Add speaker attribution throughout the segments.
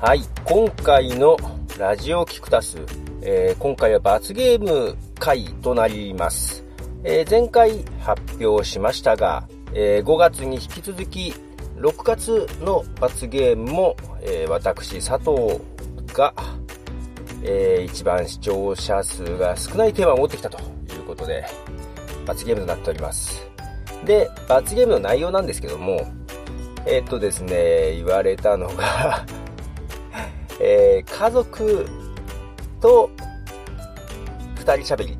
Speaker 1: はい、今回のラジオキクタス、えー今回は罰ゲーム回となります。えー前回発表しましたが、え5月に引き続き、6月の罰ゲームも、えー私、佐藤が、えー一番視聴者数が少ないテーマを持ってきたということで、罰ゲームとなっております。で、罰ゲームの内容なんですけども、えっとですね、言われたのが、えー家族と二人喋り。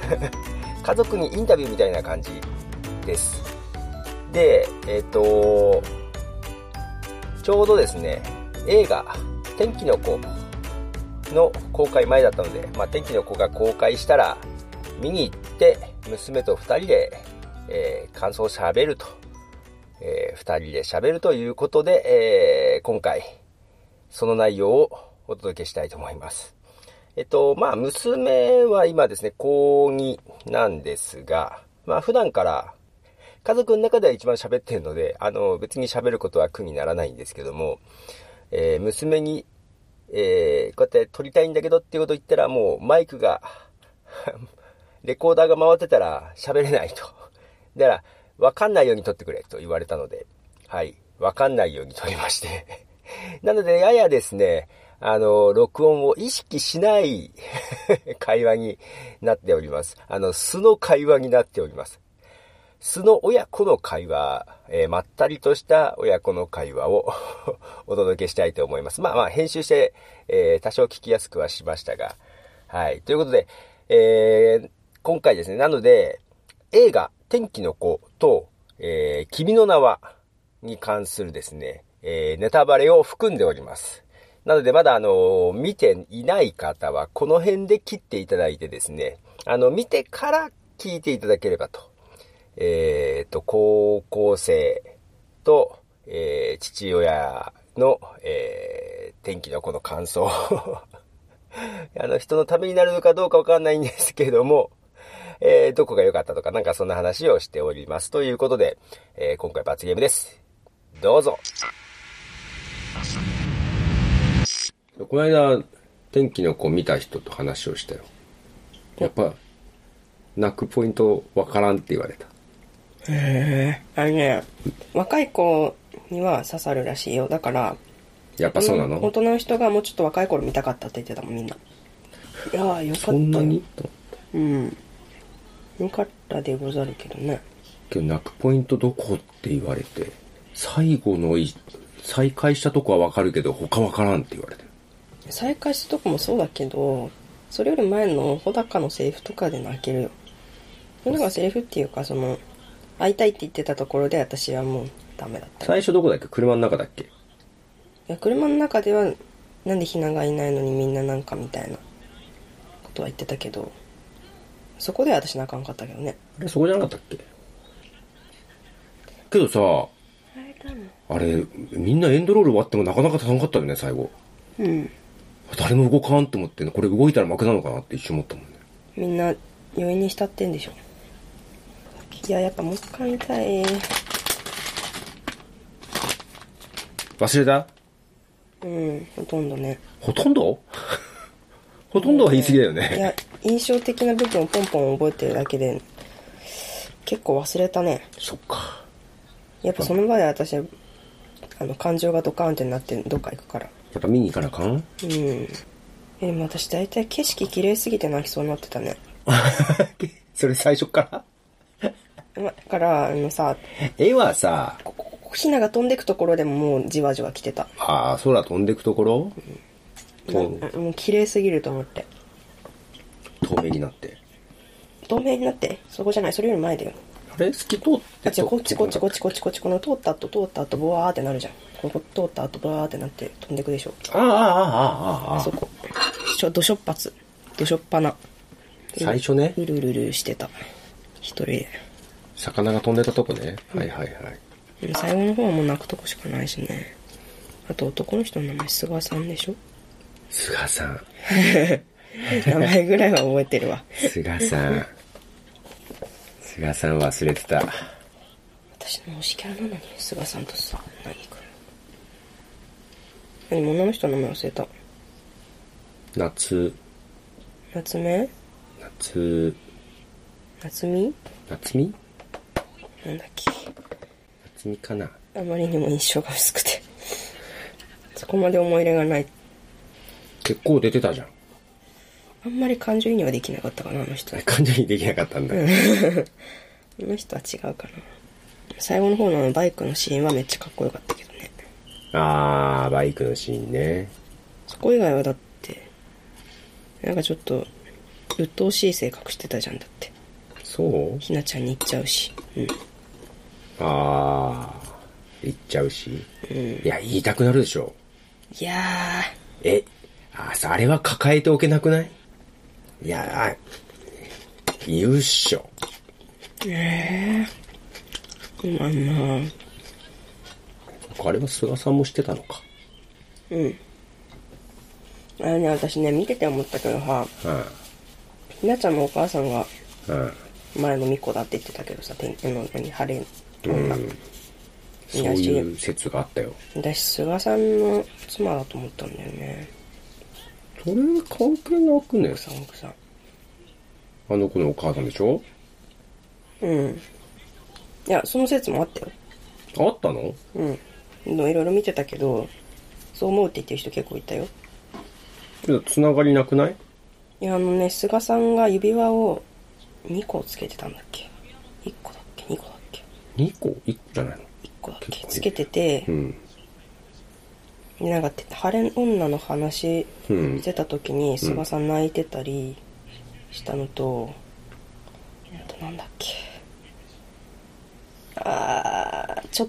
Speaker 1: 家族にインタビューみたいな感じです。で、えっ、と、ちょうどですね、映画、天気の子の公開前だったので、まあ、天気の子が公開したら、見に行って、娘と二人で、えー感想を喋ると、えー二人で喋るということで、えー今回、その内容をお届けしたいと思います。えっと、まあ、娘は今ですね、高2なんですが、まあ、普段から、家族の中では一番喋ってるので、あの、別に喋ることは苦にならないんですけども、えー娘に、えーこうやって撮りたいんだけどっていうことを言ったら、もうマイクが、レコーダーが回ってたら喋れないと。 だから、わかんないように撮ってくれと言われたので、はい、わかんないように撮りまして。 なので、ややですね、あの、録音を意識しない 会話になっております。あの、素の会話になっております。素の親子の会話、えーまったりとした親子の会話を お届けしたいと思います。まあまあ、編集して、えー多少聞きやすくはしましたが。はい。ということで、えー今回ですね、なので、映画、天気の子と、えー君の名はに関するですね、えーネタバレを含んでおります。なので、まだ、あのー見ていない方は、この辺で切っていただいてですね、あの、見てから聞いていただければとえーと、高校生と、えー父親の、えー天気のこの感想。 あの、人のためになるのかどうかわかんないんですけども、えーどこが良かったとか、なんかそんな話をしております。ということで、えー今回罰ゲームです。どうぞ。この間、天気の子見た人と話をしたよ。やっぱ、泣くポイントわからんって言われた。
Speaker 2: へえあれね若い子には刺さるらしいよだから
Speaker 1: やっぱそうなの、
Speaker 2: 大人の人がもうちょっと若い頃見たかったって言ってたもんみんないやーよかった
Speaker 1: そ
Speaker 2: よ
Speaker 1: んなに
Speaker 2: うんよかったでござるけどね
Speaker 1: 今日泣くポイントどこって言われて、最後のい再開したとこはわかるけど、他わからんって言われて。
Speaker 2: 再開したとこもそうだけどそれより前の穂高のセリフとかで泣けるよ穂高のセリフっていうかその会いたいって言ってたところで私はもうダメだった
Speaker 1: 最初どこだっけ車の中だっけ
Speaker 2: いや車の中ではなんでひながいないのにみんななんかみたいなことは言ってたけどそこでは私泣かんかったけどね
Speaker 1: あれ、そこじゃなかったっけけどさ、あれ、みんなエンドロール終わってもなかなか足らなかったよね、最後。
Speaker 2: うん
Speaker 1: 誰も動かんって思ってね、これ動いたら負けなのかなって一瞬思ったもんね。
Speaker 2: みんな余韻に浸ってんでしょいややっぱもう一回見たい
Speaker 1: 忘れた
Speaker 2: うんほとんどね
Speaker 1: ほとんど ほとんどは言い過ぎだよ
Speaker 2: い
Speaker 1: ね。
Speaker 2: や印象的な部分をポンポン覚えてるだけで結構忘れたね
Speaker 1: そっか。
Speaker 2: やっぱその場で私あの感情がドカーンってなってどっか行くから
Speaker 1: やっぱ見に行かなあかん
Speaker 2: うんえでも私大体景色綺麗すぎて泣きそうになってたね
Speaker 1: それ最初から
Speaker 2: まだからあのさ
Speaker 1: 絵はさ、
Speaker 2: こここひなが飛んでくところでももうじわじわ来てた
Speaker 1: ああ、空飛んでくところ、
Speaker 2: な
Speaker 1: と
Speaker 2: もう綺麗すぎると思って
Speaker 1: 透明になって。
Speaker 2: 透明になってそこじゃないそれより前だよ
Speaker 1: あれ透き通って
Speaker 2: あ違うこっちこっちこっち
Speaker 1: こ
Speaker 2: こっちこっちこの通った後通った後ボワーってなるじゃんここ通った後ボワーってなって飛んでくでしょ
Speaker 1: っち。ああ、ああ、ああ、あ
Speaker 2: そ
Speaker 1: あ。
Speaker 2: こしょどしょっぱつどしょっぱな
Speaker 1: 最初ね
Speaker 2: うるうるうるしてた一人で
Speaker 1: 魚が飛んでたとこね。はいはいはい。
Speaker 2: うん最後の方はもう泣くとこしかないしねあと男の人の名前菅さんでしょ
Speaker 1: 菅さん。
Speaker 2: 名前ぐらいは覚えてるわ
Speaker 1: 菅さん。菅さん忘れてた。
Speaker 2: 私の推しキャラなのに菅さんとさ何くん何も女の人の名前忘れた。
Speaker 1: 夏、
Speaker 2: 夏目
Speaker 1: 夏、
Speaker 2: 夏美
Speaker 1: 夏み
Speaker 2: なんだっけ。
Speaker 1: 夏みかな
Speaker 2: あまりにも印象が薄くて。そこまで思い入れがない。
Speaker 1: 結構出てたじゃん。
Speaker 2: あんまり感情移入はできなかったかな、あの人。あ
Speaker 1: 感情にできなかったんだ。
Speaker 2: の人は違うかな。最後の方のあのバイクのシーンはめっちゃかっこよかったけどね。
Speaker 1: あー、バイクのシーンね。
Speaker 2: そこ以外はだって、なんかちょっと、鬱陶しい性格してたじゃんだって。
Speaker 1: そう
Speaker 2: ひなちゃんに行っちゃうし。うん。
Speaker 1: あー、言っちゃうし。いや、言いたくなるでしょ。
Speaker 2: いや
Speaker 1: え、あ、あれは抱えておけなくないいや、あ言うっしょ。
Speaker 2: ー、まあまあ、
Speaker 1: あれは菅さんもしてたのか。
Speaker 2: あれね、私ね、見てて思ったけどさ、ひなちゃんのお母さんが
Speaker 1: うん。うん。
Speaker 2: 前の巫女だって言ってたけどさ、天気の何、晴れ
Speaker 1: うん
Speaker 2: 女。
Speaker 1: そういう説があったよ。
Speaker 2: 私、菅さんの妻だと思ったんだよね。
Speaker 1: それ関係なくね
Speaker 2: 奥さん、奥さん。
Speaker 1: あの子のお母さんでしょ
Speaker 2: うん。いや、その説もあったよ。
Speaker 1: あったの
Speaker 2: うん。のいろいろ見てたけど、そう思うって言ってる人結構いたよ。
Speaker 1: いや繋がりなくない
Speaker 2: いや、あのね、菅さんが指輪を2個つけてたんだっけ ?1 個だっけ ?2 個だっけ
Speaker 1: ?2 個 ?1 個じゃないの
Speaker 2: ?1 個だっ
Speaker 1: 結
Speaker 2: け
Speaker 1: 構
Speaker 2: つけてて
Speaker 1: う、ん。
Speaker 2: なんか、晴れ女の話
Speaker 1: うん
Speaker 2: してた時に、菅さん泣いてたりしたのと、あとなんだっけ。あー、ちょ、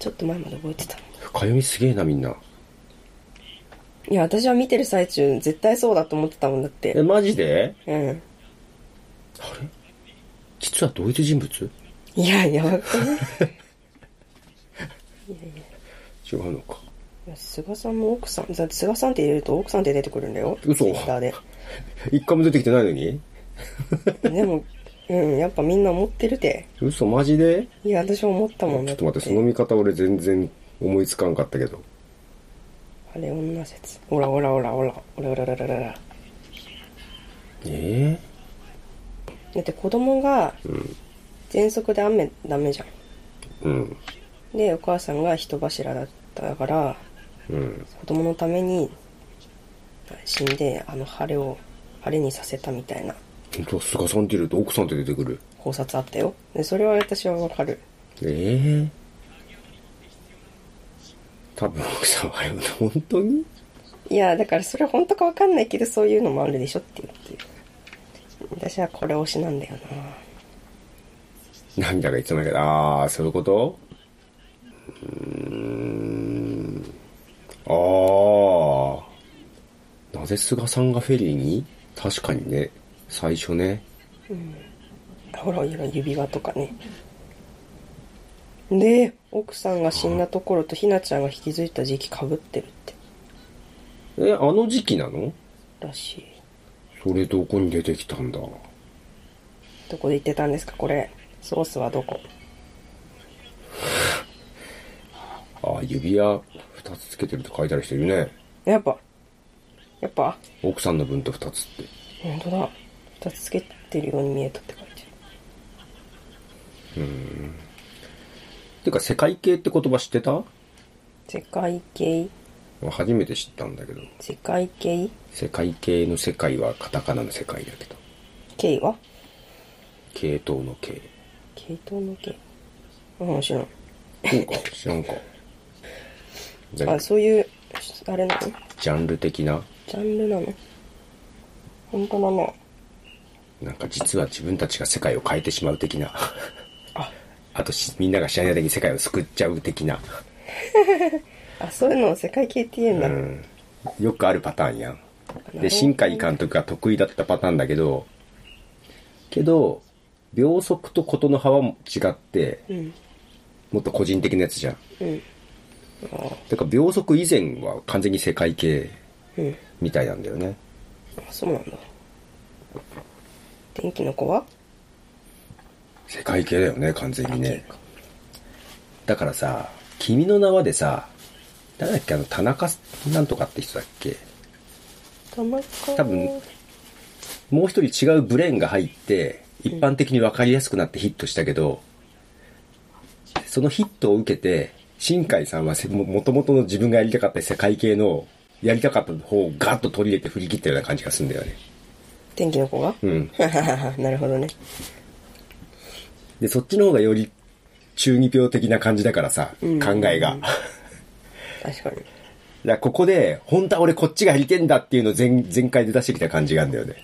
Speaker 2: ちょっと前まで覚えてたのに。
Speaker 1: 深読みすげえな、みんな。
Speaker 2: いや、私は見てる最中、絶対そうだと思ってたもんだっ
Speaker 1: え、
Speaker 2: て。
Speaker 1: マジで
Speaker 2: うん。
Speaker 1: あれ実は同一人物
Speaker 2: いや、やばくない
Speaker 1: 違うのか。
Speaker 2: いや菅さんも奥さん、だって菅さんって入れると奥さんって出てくるんだよ。
Speaker 1: 嘘
Speaker 2: Twitter で。
Speaker 1: 一回も出てきてないのに
Speaker 2: でも、うん、やっぱみんな思ってるて。
Speaker 1: 嘘マジで
Speaker 2: いや、私も思った
Speaker 1: ち
Speaker 2: も
Speaker 1: ょっ
Speaker 2: んだ
Speaker 1: と待って、その見方俺全然思いつかんかったけど。
Speaker 2: あれ、女説。ほらほらほらほら、ほらほらほらほらほら。
Speaker 1: え
Speaker 2: だって子供が、全息で雨ダメじゃ
Speaker 1: えうん。
Speaker 2: ん。で、お母さんが人柱だったから、
Speaker 1: うん。
Speaker 2: 子供のために死んで、あの晴れを、晴れにさせたみたいな
Speaker 1: 本当菅さんって言うと奥さんって出てくる。
Speaker 2: 考察あったよ。で、それは私はわかる。
Speaker 1: ええ多分奥さんはあれ、本当に
Speaker 2: いや、だからそれ本当かわかんないけど、そういうのもあるでしょっていう。私はこれ推しなんだよ
Speaker 1: 涙がいつもだけど、ああ、そういうことうーん。ああ。なぜ菅さんがフェリーに確かにね、最初ね。
Speaker 2: なほら、ほら、指輪とかね。で、奥さんが死んだところとひなちゃんが引き継いだ時期被ってるって、
Speaker 1: え、あの時期なの
Speaker 2: らしい。
Speaker 1: それどこに出てきたんだ
Speaker 2: どこで言ってたんですか、これ。ソースはどこ
Speaker 1: ああ、指輪二つつけてるって書いてある人いるね。
Speaker 2: やっぱ、やっぱ、
Speaker 1: 奥さんの分と二つって。
Speaker 2: 本当だ。二つつけてるように見えたって書いて
Speaker 1: てか、世界系って言葉知ってた
Speaker 2: ある。世界系
Speaker 1: 初めて知ったんだけど。
Speaker 2: 世界系
Speaker 1: 世界系の世界はカタカナの世界だけど。
Speaker 2: 系は
Speaker 1: 系統の系。
Speaker 2: 系統の系あ面白い。
Speaker 1: そうか、知らんか。ジ
Speaker 2: あ、
Speaker 1: ャ
Speaker 2: そういう、あれなの
Speaker 1: ンル的な、
Speaker 2: ジャンルなの本当だね。
Speaker 1: なんか実は自分たちが世界を変えてしまう的な、
Speaker 2: あ、
Speaker 1: あとしみんなが知らない間に世界を救っちゃう的な、
Speaker 2: あ、そういうのを世界系って言うん
Speaker 1: う
Speaker 2: だ。
Speaker 1: ん、よくあるパターンやん。
Speaker 2: なるほどね
Speaker 1: で、新海監督が得意だったパターンだけど、けど、秒速と事の葉は違って、
Speaker 2: うん。
Speaker 1: もっと個人的なやつじゃん。
Speaker 2: うん。
Speaker 1: だから秒速以前は完全に世界系
Speaker 2: うん。
Speaker 1: みたいなんだよね。
Speaker 2: あ、そうなんだ。天気の子は
Speaker 1: 世界系だよね、完全に
Speaker 2: 天気
Speaker 1: ね
Speaker 2: の。子
Speaker 1: だからさ、君の名はでさ、誰だっけあの、田中なんとかって人だっけ
Speaker 2: 田中
Speaker 1: 多分もう一人違うブレーンが入って、一般的に分かりやすくなってヒットしたけど、そのヒットを受けて、新海さんはせももともとの自分がやりたかった世界系の、やりたかった方をガッと取り入れて振り切ったような感じがするんだよね。
Speaker 2: 天気の子が
Speaker 1: うん。
Speaker 2: なるほどね。
Speaker 1: で、そっちの方がより中二病的な感じだからさ、
Speaker 2: ん
Speaker 1: 考えが。
Speaker 2: 確かに。
Speaker 1: だからここで、本当は俺こっちがやりてんだっていうのを全全開で出してきた感じがあるんだよね。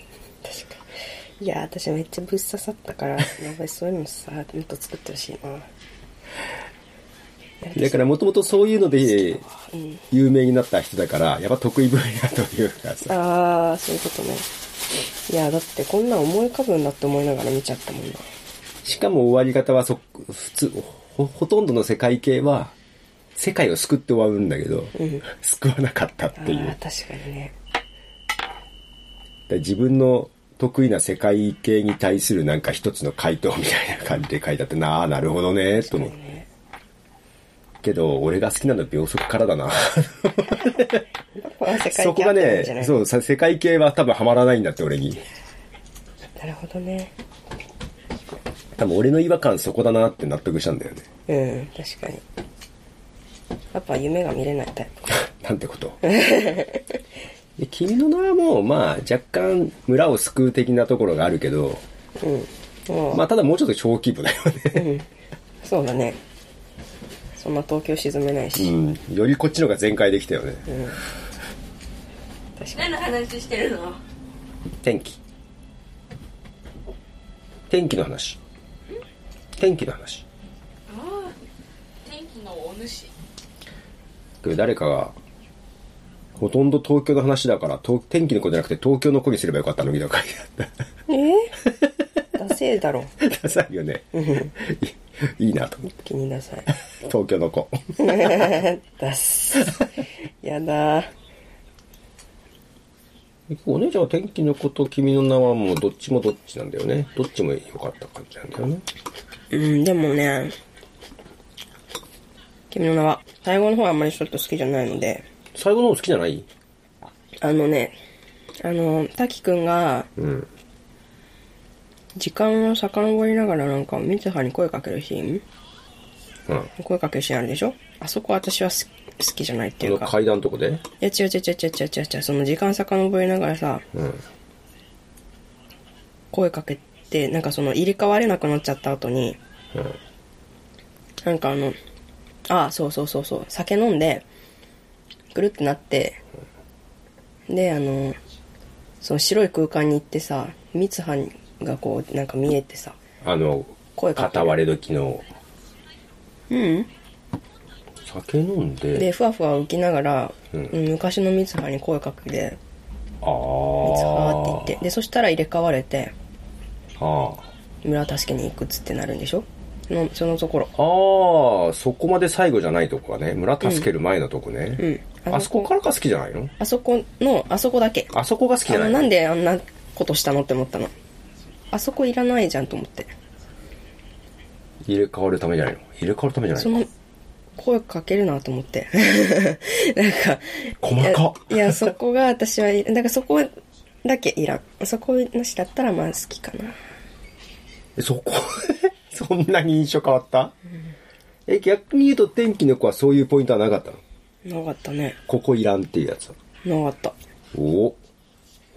Speaker 2: 確かに。いや、私めっちゃぶっ刺さったから、やばい、そういうのさ、もっと作ってほしいな。
Speaker 1: だからもともとそういうので、有名になった人だから、やっぱ得意分野というかさ。
Speaker 2: ああ、そういうことね。いや、だってこんなん思い浮かぶんだって思いながら見ちゃったもんな。
Speaker 1: しかも終わり方はそ、普通、ほ、ほとんどの世界系は、世界を救って終わるんだけど、
Speaker 2: うん
Speaker 1: 救わなかったっていう。
Speaker 2: あ
Speaker 1: だ
Speaker 2: あ
Speaker 1: か
Speaker 2: 確かにね。
Speaker 1: ら自分の得意な世界系に対するなんか一つの回答みたいな感じで書いてあって、なあ、なるほどね、と思う。けど、俺が好きなのは秒速からだな。
Speaker 2: やっぱ世界
Speaker 1: そこ
Speaker 2: 観
Speaker 1: が
Speaker 2: ってあるんじゃな
Speaker 1: ね、
Speaker 2: い
Speaker 1: そう、さ世界系は多分ハマらないんだって、俺 に。
Speaker 2: なるほどね。
Speaker 1: 多分俺の違和感そこだなって納得したんだよね。
Speaker 2: うん、確かに。やっぱ夢が見れないタイプか。
Speaker 1: なんて こと。で君の名はもう、まあ、若干村を救う的なところがあるけど、
Speaker 2: うん。もう、
Speaker 1: まあ、ただもうちょっと小規模だよね。
Speaker 2: そうだね。そんな東京沈めないし。
Speaker 1: うん。よりこっちの方が全開できたよね。
Speaker 2: 確か
Speaker 3: 何の話してるの
Speaker 1: 天気。天気の話。天気の話。
Speaker 3: 天気のお主
Speaker 1: これ誰かが、ほとんど東京の話だから、東天気の子じゃなくて東京の子にすればよかったのにとか言った。
Speaker 2: に。えー、ダセえだろ。
Speaker 1: ダサいよね。 いいいいなと思って。
Speaker 2: 気になさい。
Speaker 1: 東京の子。
Speaker 2: ダッサ。やだー。
Speaker 1: お姉ちゃんは天気の子と君の名はもうどっちもどっちなんだよね。どっちも良かった感じなんだよね。
Speaker 2: うん、でもね、君の名は、最後の方はあんまりちょっと好きじゃないので、
Speaker 1: 最後の方好きじゃない
Speaker 2: あのね、あの、滝くんが、
Speaker 1: うん。
Speaker 2: 時間を遡りながらなんか、ミツハに声かけるシーン
Speaker 1: うん。
Speaker 2: 声かけるシーンあるでしょあそこ私はす好きじゃないって
Speaker 1: あ
Speaker 2: いう
Speaker 1: の
Speaker 2: か。
Speaker 1: 階段のとこで
Speaker 2: いや、違う違う違う違う違う違う違う、その時間遡りながらさ、
Speaker 1: うん。
Speaker 2: 声かけて、なんかその入れ替われなくなっちゃった後に、
Speaker 1: うん。
Speaker 2: なんかあの、ああ、そうそうそうそう、酒飲んで、ぐるってなって、で、あの、その白い空間に行ってさ、ミツハがこう、なんか見えてさ、
Speaker 1: あの、
Speaker 2: 声かけ
Speaker 1: 片
Speaker 2: る
Speaker 1: 割れ時の、
Speaker 2: うん
Speaker 1: 酒飲んで、
Speaker 2: で、ふわふわ浮きながら、
Speaker 1: うん
Speaker 2: うん昔のミツハに声かけて、
Speaker 1: あ
Speaker 2: ミツハ
Speaker 1: あ。
Speaker 2: って言って、で、そしたら入れ替われて、
Speaker 1: ああ。
Speaker 2: 村助けに行くっつってなるんでしょの、そのところ。
Speaker 1: ああ、そこまで最後じゃないとこがね。村助ける前のとこね。
Speaker 2: うん。
Speaker 1: あそこからか好きじゃないの
Speaker 2: あそこの、あそこだけ。
Speaker 1: あそこが好きじ
Speaker 2: あ
Speaker 1: ゃな
Speaker 2: の、
Speaker 1: い
Speaker 2: なんであんなことしたのって思ったの。あそこいらないじゃんと思って。
Speaker 1: 入れ替わるためじゃないの入れ替わるためじゃない
Speaker 2: そ
Speaker 1: の
Speaker 2: の、声かけるなと思って。 なんか、
Speaker 1: 細かっ
Speaker 2: いや、いやそこが私はい、だからそこだけいらん。そこなしだったらまあ好きかな。
Speaker 1: えそこ そんなに印象変わった、え、逆に言うと天気の子はそういうポイントはなかったの
Speaker 2: なかったね。
Speaker 1: ここいらんっていうやつは。
Speaker 2: なかった。
Speaker 1: お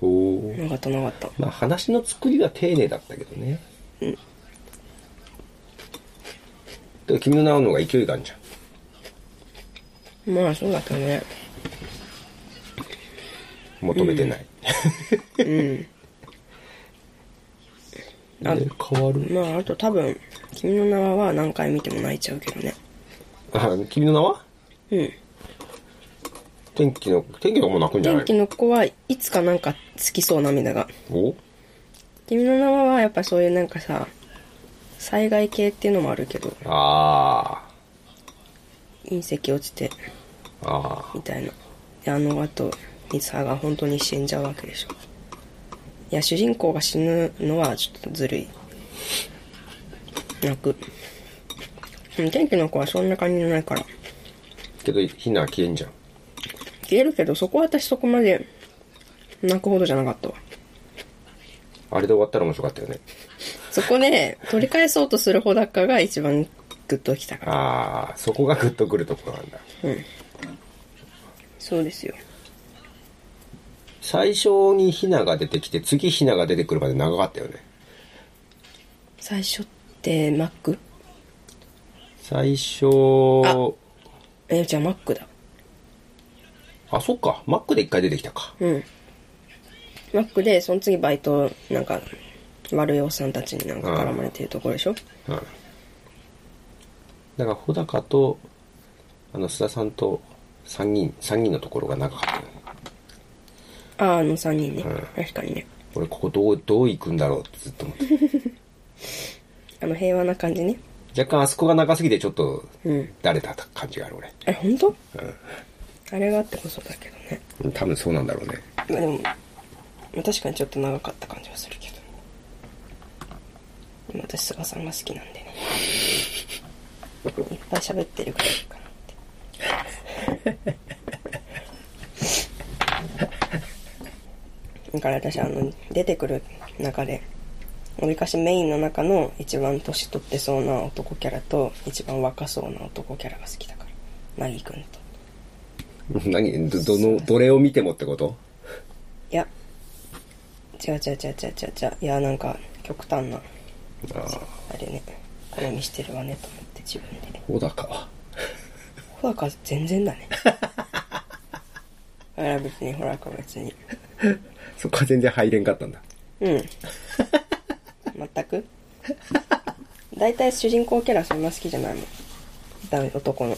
Speaker 1: おお
Speaker 2: なかったなかった。
Speaker 1: まあ話の作りは丁寧だったけどね。でも君の名はの方が勢いがあるじゃん。
Speaker 2: まあそうだけどね。
Speaker 1: 求めてない。
Speaker 2: あ
Speaker 1: で変わる。
Speaker 2: まああと多分、君の名は何回見ても泣いちゃうけどね。
Speaker 1: あ君の名は
Speaker 2: うん。
Speaker 1: 天気の、天気の子も泣くんじゃな
Speaker 2: 天
Speaker 1: い
Speaker 2: 気の子はいつかなんかつきそう涙が。
Speaker 1: お
Speaker 2: 君の名はやっぱそういうなんかさ、災害系っていうのもあるけど、
Speaker 1: あ
Speaker 2: 隕石落ちて
Speaker 1: あ。あ
Speaker 2: みたいな。で、あの後、ミツハが本当に死んじゃうわけでしょ。いや、主人公が死ぬのはちょっとずるい。泣く。でも天気の子はそんな感じじゃないから。
Speaker 1: あ。けど、ヒナは消えんじゃん。
Speaker 2: 消えるけど、そこは私そこまで泣くほどじゃなかったわ。
Speaker 1: あれで終わったら面白かったよね。
Speaker 2: そこで、取り返そうとする穂高が一番グッときたから。
Speaker 1: ああ、そこがグッとくるところなんだ。
Speaker 2: そうですよ。
Speaker 1: 最初にヒナが出てきて、次ヒナが出てくるまで長かったよね。
Speaker 2: 最初って、マック
Speaker 1: 最初、
Speaker 2: え、じゃあマックだ。
Speaker 1: あそっか。マックで一回出てきたか。
Speaker 2: うん。マックで、その次バイト、なんか、悪いおっさんたちになんか絡まれてるところでしょ
Speaker 1: うん。だから、穂高と、あの、須田さんと、三人、三人のところが長かったよね。
Speaker 2: ああ、あの3人ね
Speaker 1: うん。
Speaker 2: 確かにね。
Speaker 1: 俺、ここどう、どう行くんだろうってずっと思 って。
Speaker 2: あの平和な感じね。
Speaker 1: 若干あそこが長すぎてちょっと、
Speaker 2: うん。
Speaker 1: だれた感じがある、俺。
Speaker 2: あれ、本当？あれがあってこそだけどね。
Speaker 1: 多分そうなんだろうね。
Speaker 2: まあでも、まあ確かにちょっと長かった感じはするけど。でも私、菅さんが好きなんでね。いっぱい喋ってるからいいかなって。だから私、あの、出てくる中で、わりかしメインの中の一番年取ってそうな男キャラと、一番若そうな男キャラが好きだから。なぎくんと。
Speaker 1: 何ど、どの、どれを見てもってこと
Speaker 2: いや違う違う違う違う違う違ういやなんか極端な
Speaker 1: ああ、
Speaker 2: あれね好みしてるわねと思って自分で
Speaker 1: 穂高。
Speaker 2: ほらか全然だねだから別にほらか別に
Speaker 1: そこは全然入れんかったんだ。
Speaker 2: うん全く大体主人公キャラそんな好きじゃないもんダメ男の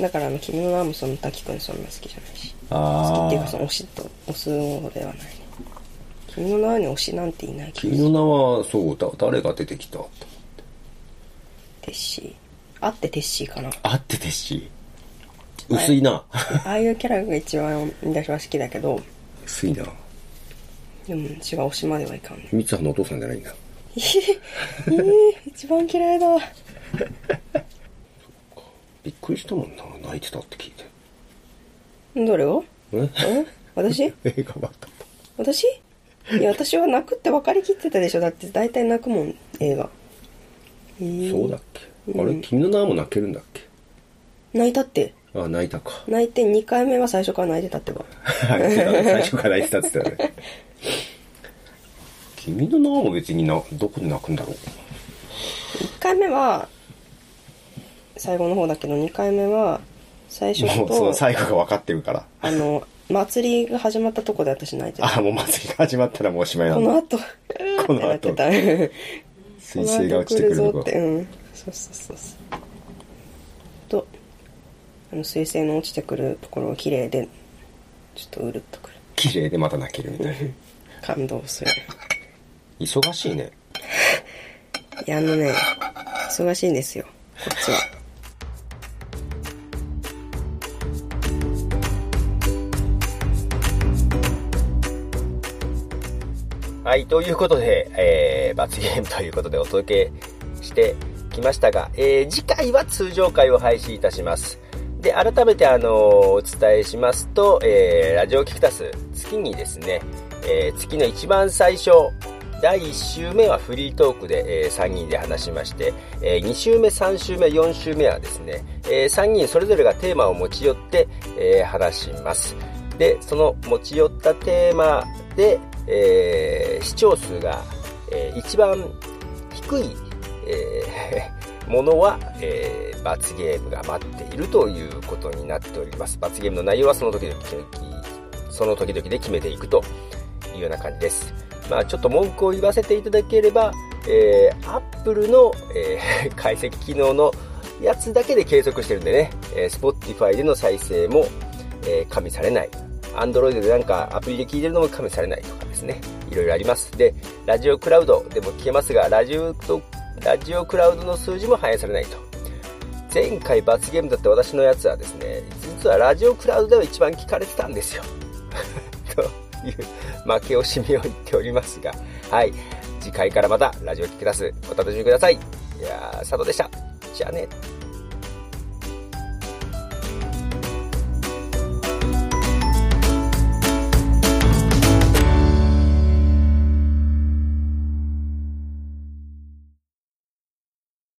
Speaker 2: だからあの君の名もその滝くんそんな好きじゃないし好き
Speaker 1: あ
Speaker 2: っていうかその推しと推す方ではないね君の名はに推しなんていない気が
Speaker 1: 君
Speaker 2: する
Speaker 1: の名は、そう、だ誰が出てきたと
Speaker 2: テッシーあってテッシーかな
Speaker 1: あっててし。薄いな。
Speaker 2: ああいうキャラが一番私は好きだけど、
Speaker 1: 薄いな。
Speaker 2: でも違う推しまではいか んね。
Speaker 1: 三葉のお父さんじゃないんだ。
Speaker 2: ええ一番嫌いだ。
Speaker 1: びっくりしたもんな。泣いてたって聞いて。
Speaker 2: どれを
Speaker 1: え
Speaker 2: え私
Speaker 1: 映画ばっか。
Speaker 2: 私いや、私は泣くって分かりきってたでしょ。だって大体泣くもん、映画。えー
Speaker 1: そうだっけ。あ
Speaker 2: う
Speaker 1: れ、
Speaker 2: ん
Speaker 1: 君の名はも泣けるんだっけ
Speaker 2: 泣いたって。
Speaker 1: あ、泣い たか。
Speaker 2: 泣いて2回目は最初から泣いてたってば。
Speaker 1: 泣いてた ね最初から泣いてたって言ってたね。君の名はも別にな、どこで泣くんだろう。
Speaker 2: 1回目は、最後の方だけど、2回目は、最初
Speaker 1: もうその
Speaker 2: と、
Speaker 1: 最後が分かってるから。
Speaker 2: あの、祭りが始まったとこで私泣いてた。
Speaker 1: あ、もう祭りが始まったらもうおしまいな
Speaker 2: こ
Speaker 1: ん
Speaker 2: の
Speaker 1: だ。
Speaker 2: 後、
Speaker 1: この
Speaker 2: やっ
Speaker 1: 後
Speaker 2: て、た。彗
Speaker 1: 彗星が落ちてくるとこ。
Speaker 2: うん。そうそうそうそう。と、あの、彗星の落ちてくるところが綺麗で、ちょっとうるっとくる。
Speaker 1: 綺麗でまた泣けるみたいな。
Speaker 2: 感動する。
Speaker 1: 忙しいね。
Speaker 2: いや、あのね、忙しいんですよ、こっちは。
Speaker 1: はい、ということで、えー、罰ゲームということでお届けしてきましたが、えー、次回は通常回を配信いたします。で、改めて、あのーお伝えしますと、えー、ラジオキクタス、月にですね、えー、月の一番最初、第1週目はフリートークで、え3人で話しまして、え2週目、3週目、4週目はですね、え3人それぞれがテーマを持ち寄って、えー話します。で、その持ち寄ったテーマで、えー視聴数が、えー一番低い、えー ものは、えー罰ゲームが待っているということになっております。罰ゲームの内容はその時々、その時々で決めていくというような感じです。まあちょっと文句を言わせていただければ、えー、Apple の、えー 解析機能のやつだけで計測してるんでね、えー Spotify での再生も、えー加味されない。Android でなんかアプリで聞いてるのも加味されないとかですね。いろいろあります。で、ラジオクラウドでも聞けますが、ラジオと、ラジオクラウドの数字も反映されないと。前回罰ゲームだった私のやつはですね、実はラジオクラウドでは一番聞かれてたんですよ。 という負け惜しみを言っておりますが、はい。次回からまたラジオ聞き出す。お楽しみください。いやー、佐藤でした。じゃあね。